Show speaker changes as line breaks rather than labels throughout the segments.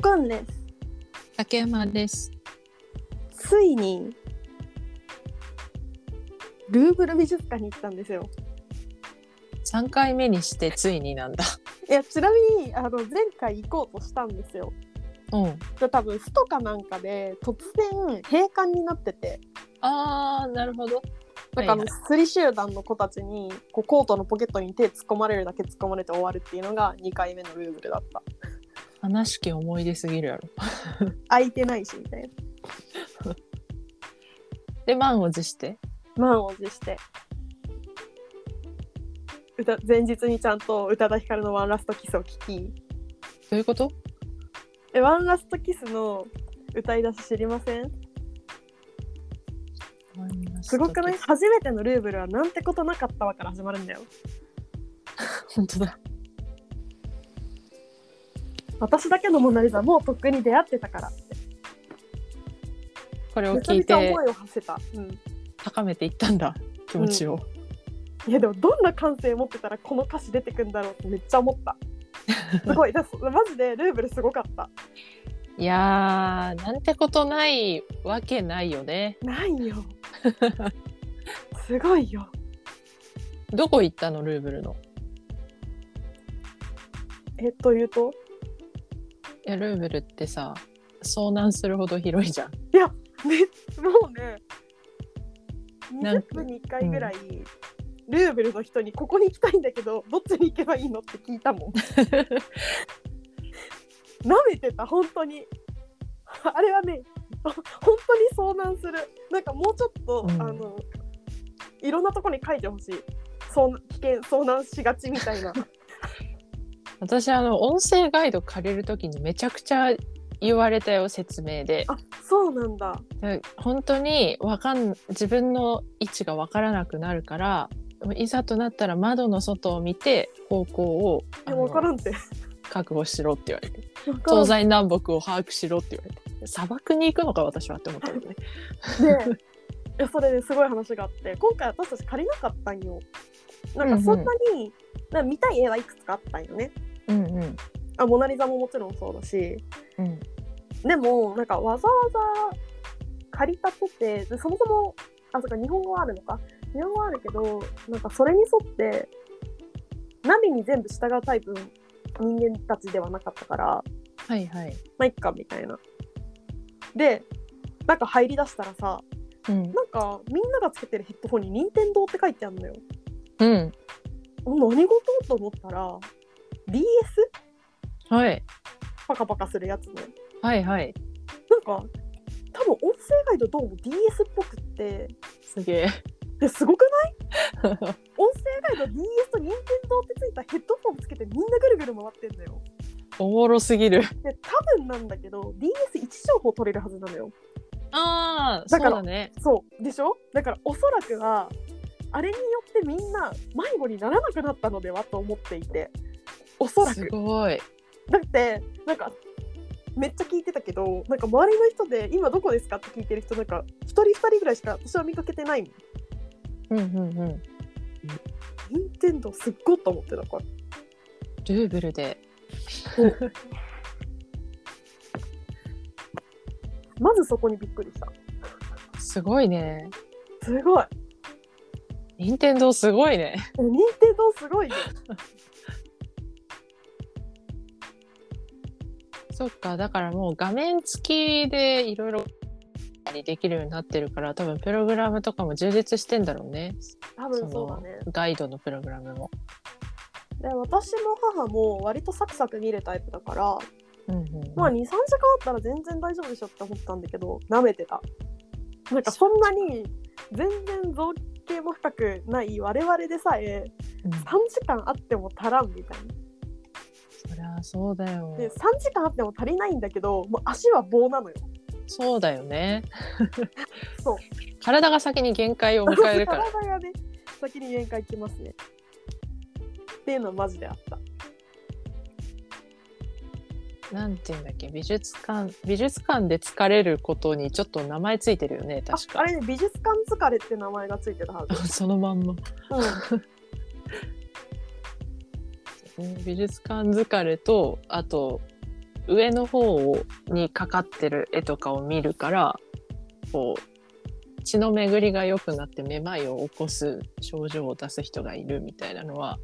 かんです。
竹山です。
ついに、ルーブル美術館に行ったんですよ。
三回目にしてついになんだ。
いや、ちなみに、あの、前回行こうとしたんですよ。
うん。
で多分、ストかなんかで、突然、閉館になってて、
ああ、なるほど。
なんかあの、
はい
すり集団の子たちに、こう、コートのポケットに手突っ込まれるだけ突っ込まれて終わるっていうのが2回目のルーブルだった。
悲しき思い出すぎるやろ。
空いてないし、みたいな。
で、満を持して。
満を持して歌前日にちゃんと宇多田ヒカルの「ワンラストキス」を聴き
どういうこと
「えワンラストキス」の歌い出し知りませんすごくない初めてのルーブルは「なんてことなかったわ」から始まるんだよ
本当だ。
私だけのモナ・リザもうとっくに出会ってたから
これを
めちゃ
聞
め
い
ちゃ
て
思いを馳せた、うん、
高めていったんだ。気持ちを。
いやでもどんな感性持ってたらこの歌詞出てくんだろうってめっちゃ思っ たすごいだマジでルーブルすごかった
いやー、なんてことないわけないよね。
ない よすごいよ
どこ行ったのルーブルの。
えっというと
いや、ルーブルってさ、遭難するほど広いじゃん。
ね、もうね、
なん
20分に1回ぐらい、ルーブルの人にここに行きたいんだけど、どっちに行けばいいのって聞いた もん。なめてた、本当に。あれはね、ほ本当に遭難する。なんかもうちょっと、
うん
あの、いろんなとこに書いてほしい。遭危険、遭難しがちみたい な。
私、あの、音声ガイド借りるときにめちゃくちゃ言われたよ、説明で。
あ、そうなんだ。
で本当にわかん自分の位置がわからなくなるからいざとなったら窓の外を見て方向を
え、
あの
わからんて。
確保しろって言われて
わからん
東西南北を把握しろって言われて砂漠に行くのか私はって思ったけどね
でいやそれですごい話があって今回私たち借りなかったんよなんかそんなに、なんか見たい絵はいくつかあったんよね
うんうん
あモナ・リザももちろんそうだし
うん
でもなんかわざわざ借りたとてでそもそもあそっか日本語はあるのか日本語はあるけどなんかそれに沿って波に全部従うタイプの人間たちではなかったから
はいはい、
まあいっかみたいなでなんか入りだしたらさ
うん、
なんかみんながつけてるヘッドホンに「任天堂って書いてあるのよ。
うん
あ何事と思ったら DS
はい
パカパカするやつね。
はいはい
なんか多分音声ガイドどうも DS っぽくって
すげえ
えすごくない音声ガイド DS と任天堂ってついたヘッドホンつけてみんなぐるぐる回ってんだよ。
おもろすぎる
で多分なんだけど DS 位置情報取れるはずなのよ。
ああそ
だ
う
から
だね
そうでしょだからおそらくはあれによってみんな迷子にならなくなったのではと思っていておそら
す
く。
ごい
だってなんかめっちゃ聞いてたけどなんか周りの人で「今どこですか?」って聞いてる人なんか一人二人ぐらいしか私は見かけてないもん
うんうんうん
任天堂すっごいと思ってたから
ルーブルで
まずそこにびっくりした
すごいね
すごい
任天堂すごいね
え任天堂すごいよ
そっか、だからもう画面付きでいろいろできるようになってるから、多分プログラムとかも充実してんだろうね。
多分そうだね
そのガイドのプログラムも。
で私も母も割とサクサク見るタイプだから
うんうん
まあ23時間あったら全然大丈夫でしょって思ったんだけど舐めてたなんかそんなに全然造形も深くない我々でさえ
うん
3時間あっても足らんみたいな
そりゃそうだよ。
で3時間あっても足りないんだけどもう足は棒なのよ
そうだよね。
そう
体が先に限界を迎え
体
るから。
がね先に限界きますねっていうのはマジであった
なんていうんだっけ、美術館、美術館で疲れることにちょっと名前ついてるよね、
あ
確
あ
か。
れね美術館疲れって名前がついてたはず、
そのまんま。
うん、
美術館疲れとあと上の方をにかかってる絵とかを見るからこう血の巡りが良くなってめまいを起こす症状を出す人がいるみたいなのは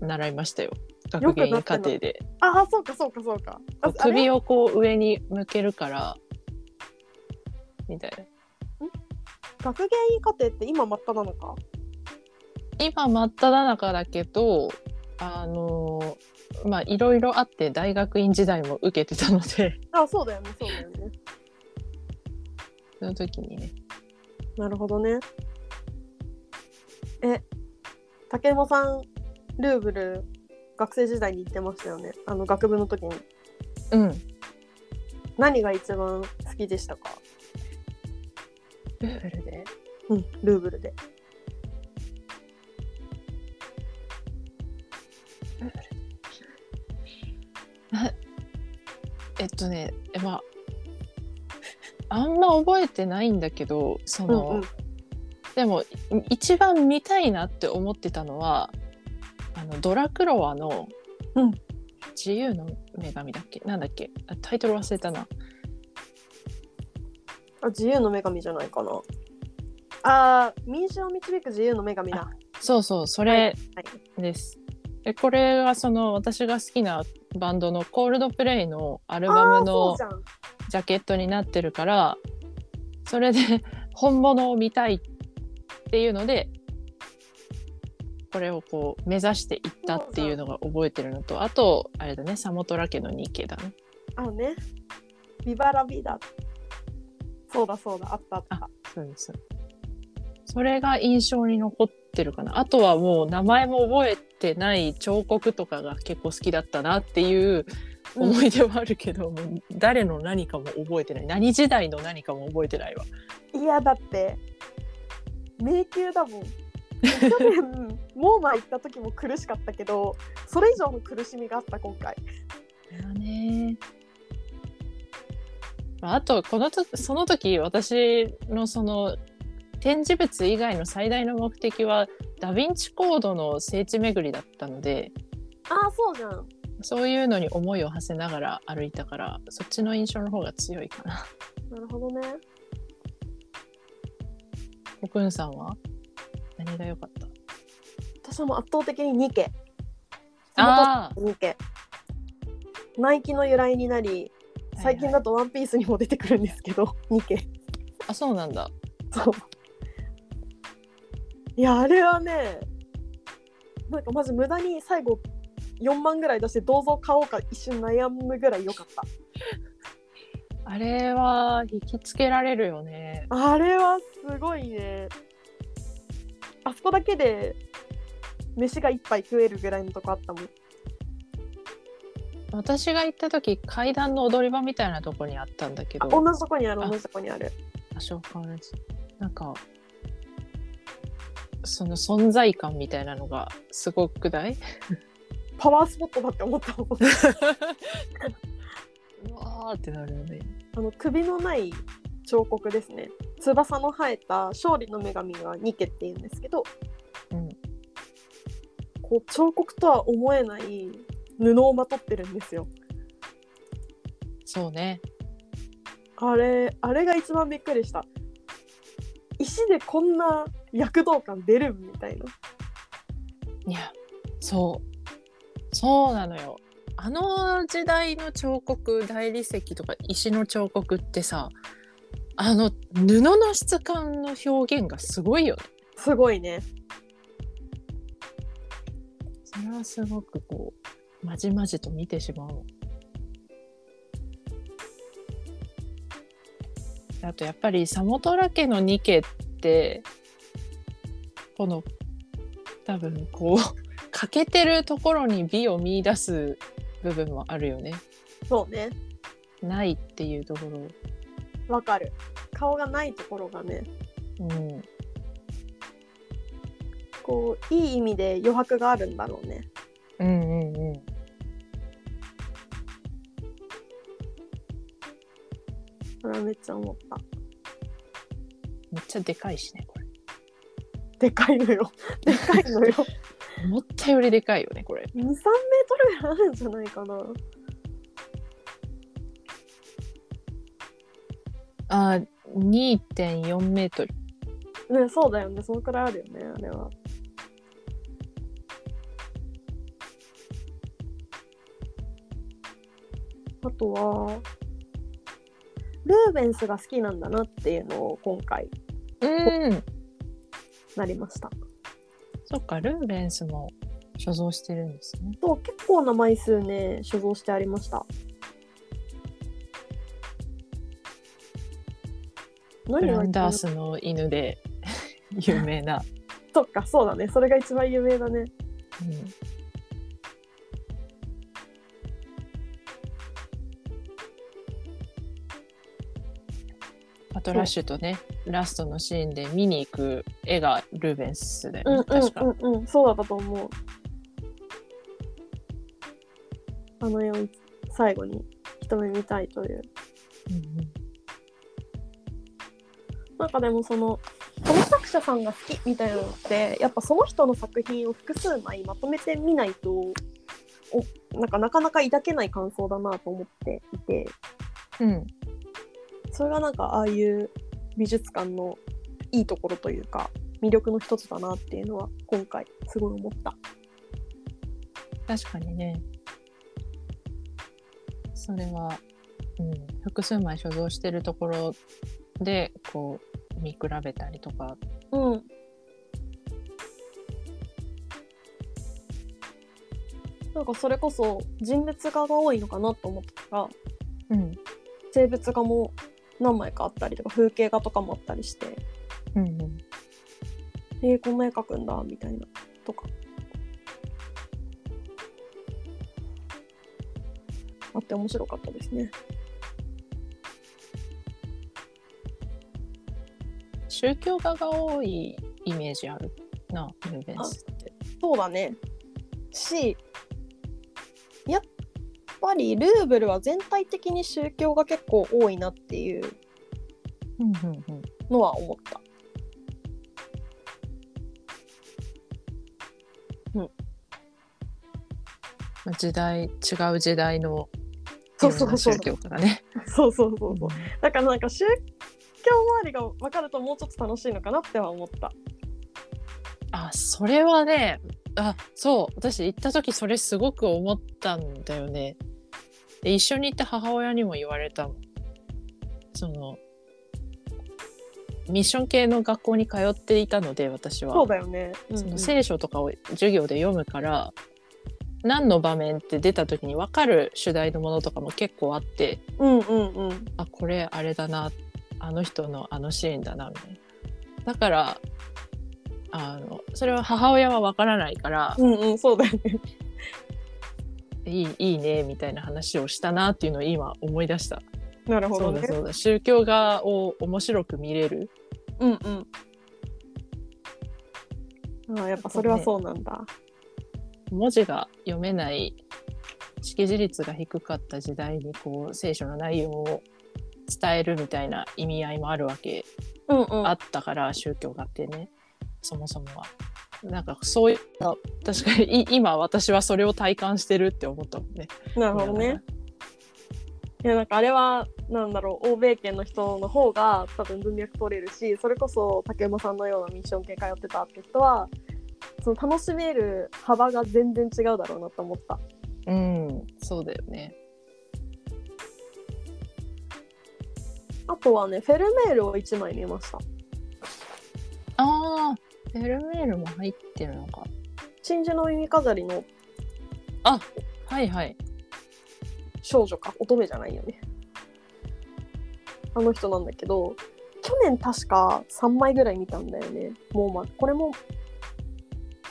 習いましたよ学芸員課程で
ああ、そうかそうかそうか。あ
こう首をこう上に向けるからみたいな
学芸員課程って今真っ只中
今真っ只中だけどあのーまあいろいろあって大学院時代も受けてたので
あそうだよね、そうだよね。
その時にね
なるほどね。え、竹山さん、ルーブル、学生時代に行ってましたよね。あの、学部の時に。
うん
何が一番好きでしたか
ルーブルで
うん、ルーブルで。
えっとねえまああんま覚えてないんだけどその、
うんうん。
でもい一番見たいなって思ってたのはあのドラクロワの
うん
「自由の女神」だっけ、なんだっけあタイトル忘れたな
あ、自由の女神じゃないかな。あー、民衆を導く自由の女神だ。は
そうそうそれです、でこれはその私が好きなバンドのコールドプレイのアルバ
あ
ム
ー、そ
の
うじゃん。
ジャケットになってるからそれで 本物を見たいっていうのでこれをこう目指していったっていうのが覚えてるのとあとあれだねサモトラ家のニケだね
あのね。ビバラビだ。そうだそうだ、あったあった。
そうですそれが印象に残ってるかなあとはもう名前も覚えてない彫刻とかが結構好きだったなっていう
うん
思い出はあるけど、もう誰の何かも覚えてない何時代の何かも覚えてないわ
いやだって迷宮だも ん去年モーマ行った時も苦しかったけどそれ以上の苦しみがあった今回
ねあとこのとその時私のその展示物以外の最大の目的はダ・ヴィンチコードの聖地巡りだったので、
ああそうじゃん
そういうのに思いを馳せながら歩いたからそっちの印象の方が強いかな。
なるほどね
おくんさんは何が良かった
私はもう圧倒的に2家
あ
2家ナイキの由来になり
はい
最近だと「ワンピースにも出てくるんですけど、2家
あそうなんだ。
そういやあれはねなんかまず無駄に最後4万ぐらい出して銅像買おうか一瞬悩むぐらい良かった
あれは引きつけられるよね。
あれはすごいね。あそこだけで飯が一杯食えるぐらいのとこあったもん。
私が行った時階段の踊り場みたいなとこにあったんだけ
あ
ど
同じとこにある
あ
同じとこにある。
場所変わらずなんかその存在感みたいなのがすごくない
パワースポットだって思ったもん。
うわーってなるよね。
あの首のない彫刻ですね。翼の生えた勝利の女神がニケっていうんですけど、
うん
こう彫刻とは思えない布をまとってるんですよ。
そうね。
あれあれが一番びっくりした。石でこんな躍動感出るみたいな。
いや、そう。そうなのよ。あの時代の彫刻、大理石とか石の彫刻ってさ、あの布の質感の表現がすごいよね。
すごいね。
それはすごくこう、まじまじと見てしまう。あとやっぱりサモトラ家のニケって、この、多分こう、 欠けてるところに美を見出す部分もあるよね。
そうね、
ないっていうところ、
わかる。顔がないところがね、
うん、
こう、いい意味で余白があるんだろうね。
うんうんうん
それはめっちゃ思った。
めっちゃでかいしねこれ
でかいのよ。でかいのよ。2、3メ
思ったよりでかいよねこれ
ートルぐらいあるんじゃないかな。
あ2.4メートル
ねそうだよねそのくらいあるよねあれはあとはルーベンスが好きなんだなっていうのを今回
うん
なりました
そっかルーベンスも所蔵してるんですね
と結構な枚数ね所蔵してありました
フ
何が
ラン
一番
ダースの 犬で有名な、
そっかそうだねそれが一番有名だね
うんパトラッシュとねラストのシーンで見に行く絵がルーベンスだよ
うん
ね、
うん
確か、
うんうんそうだったと思うあの絵を最後に一目見たいというなんかでもそのこの作者さんが好きみたいなのってやっぱその人の作品を複数枚まとめてみないとおなんかなかなか抱けない感想だなと思っていて
うんうん、うん
それがなんかああいう美術館のいいところというか魅力の一つだなっていうのは今回すごい思った。
確かにねそれは、うん、複数枚所蔵してるところでこう見比べたりとか
うん。なんかそれこそ人物画が多いのかなと思ったら
うん
生物画も何枚かあったりとか風景画とかもあったりして
うんうん
えー、こんな絵描くんだみたいなとかあって面白かったですね。
宗教画が多いイメージあるなルーベンスって
そうだね。し、やっぱりルーブルは全体的に宗教が結構多いなっていう
うんうんうん
のは思った。
まあ時代違う時代の
そうそうそう
いろんな宗教画がね
そうそうそうそう。だからなんか宗教周りが分かるともうちょっと楽しいのかなっては思った。
あそれはねあそう私行った時それすごく思ったんだよねで一緒に行った母親にも言われたもんそのミッション系の学校に通っていたので私は
そうだよね。うんうん
その聖書とかを授業で読むから、何の場面って出た時に分かる主題のものとかも結構あって
うんうんうん。
あこれあれだなあの人のあのシーンだなみたいなだからあのそれは母親は分からないから
うんうん、そうだよね。
いいいいねみたいな話をしたなっていうのを今思い出した
なるほ
そ
ど
うだ
ね。
そうだ宗教画を面白く見れる
うんうん。ああ、やっぱそれはそうなんだ。
文字が読めない識字率が低かった時代にこう聖書の内容を伝えるみたいな意味合いもあるわけ
うんうん。
あったから宗教があってねそもそもは。なんかそういう確かにい今私はそれを体感してるって思ったもんね。
なるほどね。いやなんかあれはなんだろう欧米圏の人の方が多分文脈取れるしそれこそ竹馬さんのようなミッション系通ってたって人はその楽しめる幅が全然違うだろうなと思った
うんそうだよね。
あとはねフェルメールを1枚見ました
ああフェルメールも入ってるのか。
真珠の耳飾りの
はいはい。
少女か乙女じゃないよねあの人なんだけど去年確か3枚ぐらい見たんだよねもうまこれも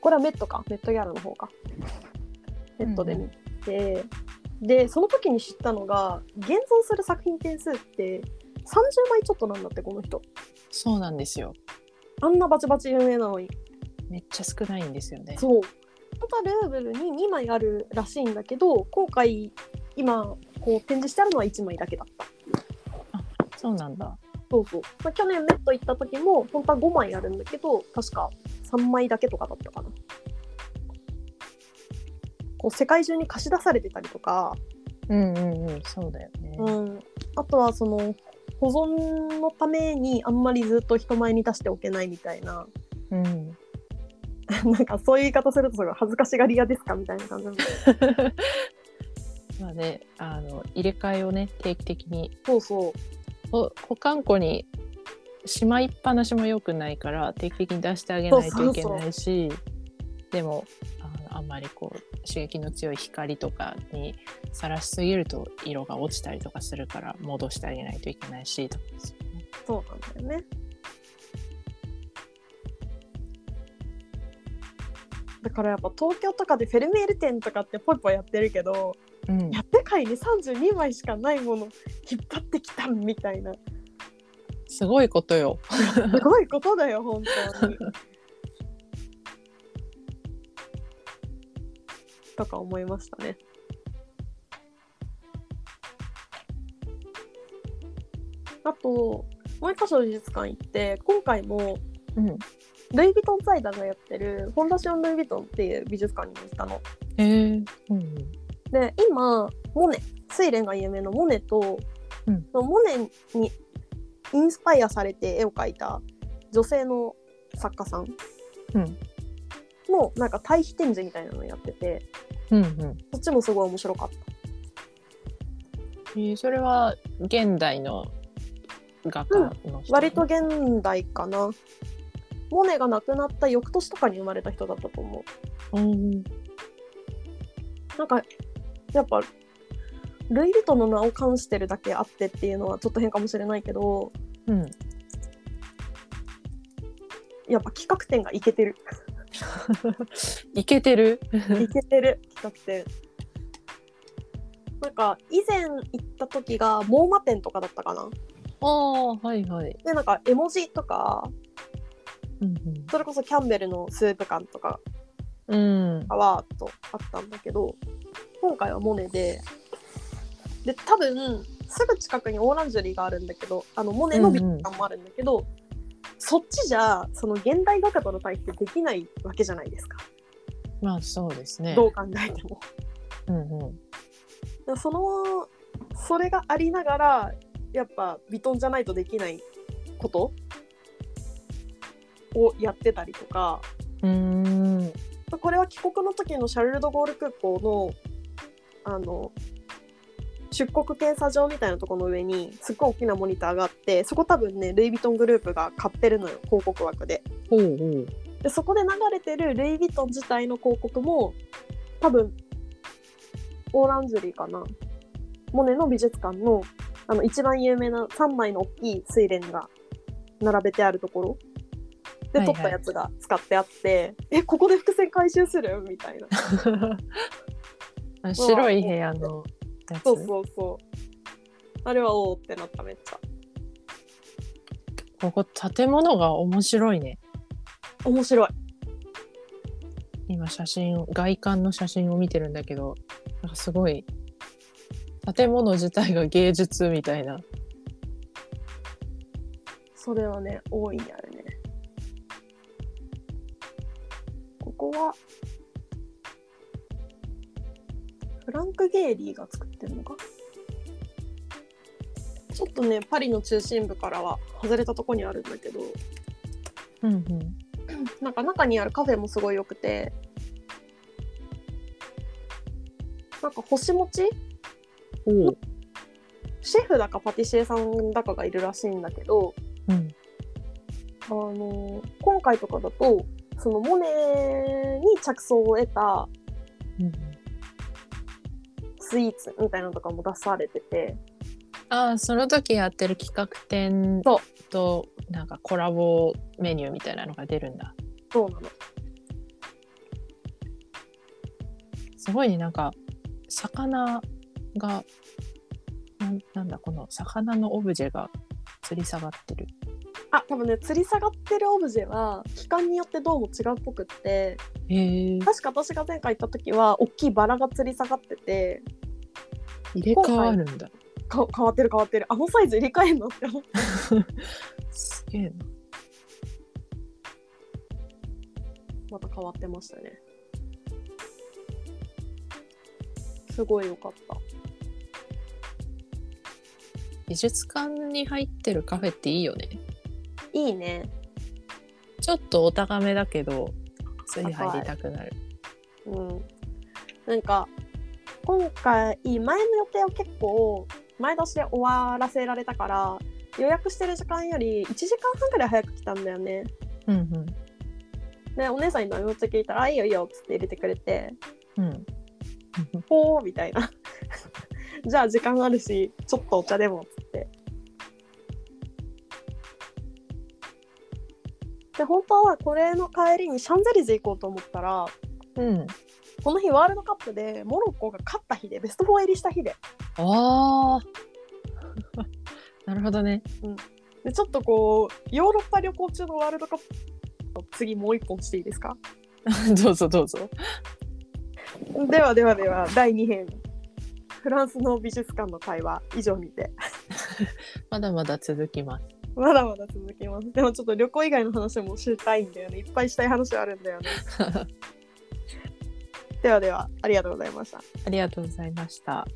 これはメットかメットギャラの方かメットで見て、でその時に知ったのが現存する作品点数って30枚ちょっとなんだってこの人
そうなんですよ。
あんなバチバチ有名なのに
めっちゃ少ないんですよね。
そう本当はルーブルに2枚あるらしいんだけど今回今こう展示してあるのは1枚だけだった
そうなんだ。
そうそう。まあ、去年メット行った時も、本当は5枚あるんだけど、確か3枚だけとかだったかな。こう世界中に貸し出されてたりとか、
うんうんうんそうだよね。
うん、あとはその保存のためにあんまりずっと人前に出しておけないみたいな
うん、
なんかそういう言い方するとすごい恥ずかしがり屋ですかみたいな感じなんで
まあねあの入れ替えをね定期的に
そうそう
ほ保管庫にしまいっぱなしも良くないから定期的に出してあげないといけないしでもあのあんまりこう刺激の強い光とかにさらしすぎると色が落ちたりとかするから戻してあげないといけないしとかですよね
そうなんだよね。だからやっぱ東京とかでフェルメール展とかってぽいぽいやってるけど、
うん
いや世界に32枚しかないもの引っ張ってきたみたいな
すごいことよ。
すごいことだよ本当 に。とか思いましたね。あともう一箇所美術館行って今回も
うん、
ルイ・ヴィトン財団がやってるフォンダション・ルイ・ヴィトンっていう美術館に行ったの。
えーうん
で今モネ睡蓮が有名なモネと、
うん
そのモネにインスパイアされて絵を描いた女性の作家さん
うん
のなんか対比展示みたいなのをやってて
うんうん
そっちもすごい面白かった。
えーそれは現代の画家の人、
割と現代かな。モネが亡くなった翌年とかに生まれた人だったと思う。
うん
なんかやっぱルイ・ヴィトンの名を冠してるだけあってっていうのはちょっと変かもしれないけど
うん、
やっぱ企画展がイケてる
いけてる。
イケてる企画展なんか以前行った時がモーマ展とかだったかな
ああはいはい。
でなんか絵文字とか
うん
それこそキャンベルのスープ缶とか
うん、うん
がわーっとあったんだけど今回はモネでで多分すぐ近くにオーランジェリーがあるんだけどあのモネの美術館もあるんだけど、そっちじゃその現代画家との対比ってできないわけじゃないですか、
まあそうですね。
どう考えても。
うんうん、
だからそのそれがありながらやっぱヴィトンじゃないとできないことをやってたりとか。
うーん
これは帰国の時のシャルル・ド・ゴール空港のあの出国検査場みたいなところの上にすっごい大きなモニターがあってそこ多分ねルイ・ヴィトングループが買ってるのよ広告枠で
ほうほう
でそこで流れてるルイ・ヴィトン自体の広告も多分オーランジュリーかなモネの美術館のあの一番有名な3枚の大きい睡蓮が並べてあるところで
はい
撮
はい
ったやつが使ってあって、えここで伏線回収するみ たいな
あの 白い部屋のやつ。
そうそうそうあれはおおってなっためっちゃ
ここ建物が面白いね。
面白い
今写真を外観の写真を見てるんだけど、なんかすごい建物自体が芸術みたいな。
それはね大いにあるねここはフランク・ゲイリーが作ってるのかちょっとねパリの中心部からは外れたとこにあるんだけど
うんうん。
なんか中にあるカフェもすごい良くてなんか星持ち
おう。
シェフだかパティシエさんだかがいるらしいんだけど
うん。
あの今回とかだとそのモネに着想を得た
うん、
スイーツみたいなのとかも出されてて
ああ、その時やってる企画展
そう
となんかコラボメニューみたいなのが出るんだ。
そうなの
すごいね、なんか、魚が、なんなんだ、この魚のオブジェが吊り下がってる。
あ多分ね吊り下がってるオブジェは期間によってどうも違うっぽくって
へえ。
確か私が前回行った時は大きいバラが吊り下がってて
入れ替わるんだ。
か変わってる変わってるあのサイズ入れ替えんのって思って
すげえな。
また変わってましたねすごい良かった
美術館に入ってるカフェっていいよね
いいね。
ちょっとお高めだけどつい入りたくなる
うん。なんか、今回、前の予定を結構、前倒しで終わらせられたから、予約してる時間より1時間半ぐらい早く来たんだよね。
うん
で、お姉さんにめっちゃ聞いたら、あ、いいよいいよっつって入れてくれて、
うんうん
ほーみたいな。 じゃあ時間あるし、ちょっとお茶でもっつって。で、本当はこれの帰りにシャンゼリゼ行こうと思ったら、
うん
この日ワールドカップでモロッコが勝った日でベスト4入りした日で
ああ なるほどね
でちょっとこうヨーロッパ旅行中のワールドカップ次もう一本していいですか
どうぞどうぞ
ではではでは第2編フランスの美術館の会話以上にて
まだまだ続きます
まだまだ続きますでもちょっと旅行以外の話も知りたいんだよねいっぱいしたい話はあるんだ よねではではありがとうございました
ありがとうございました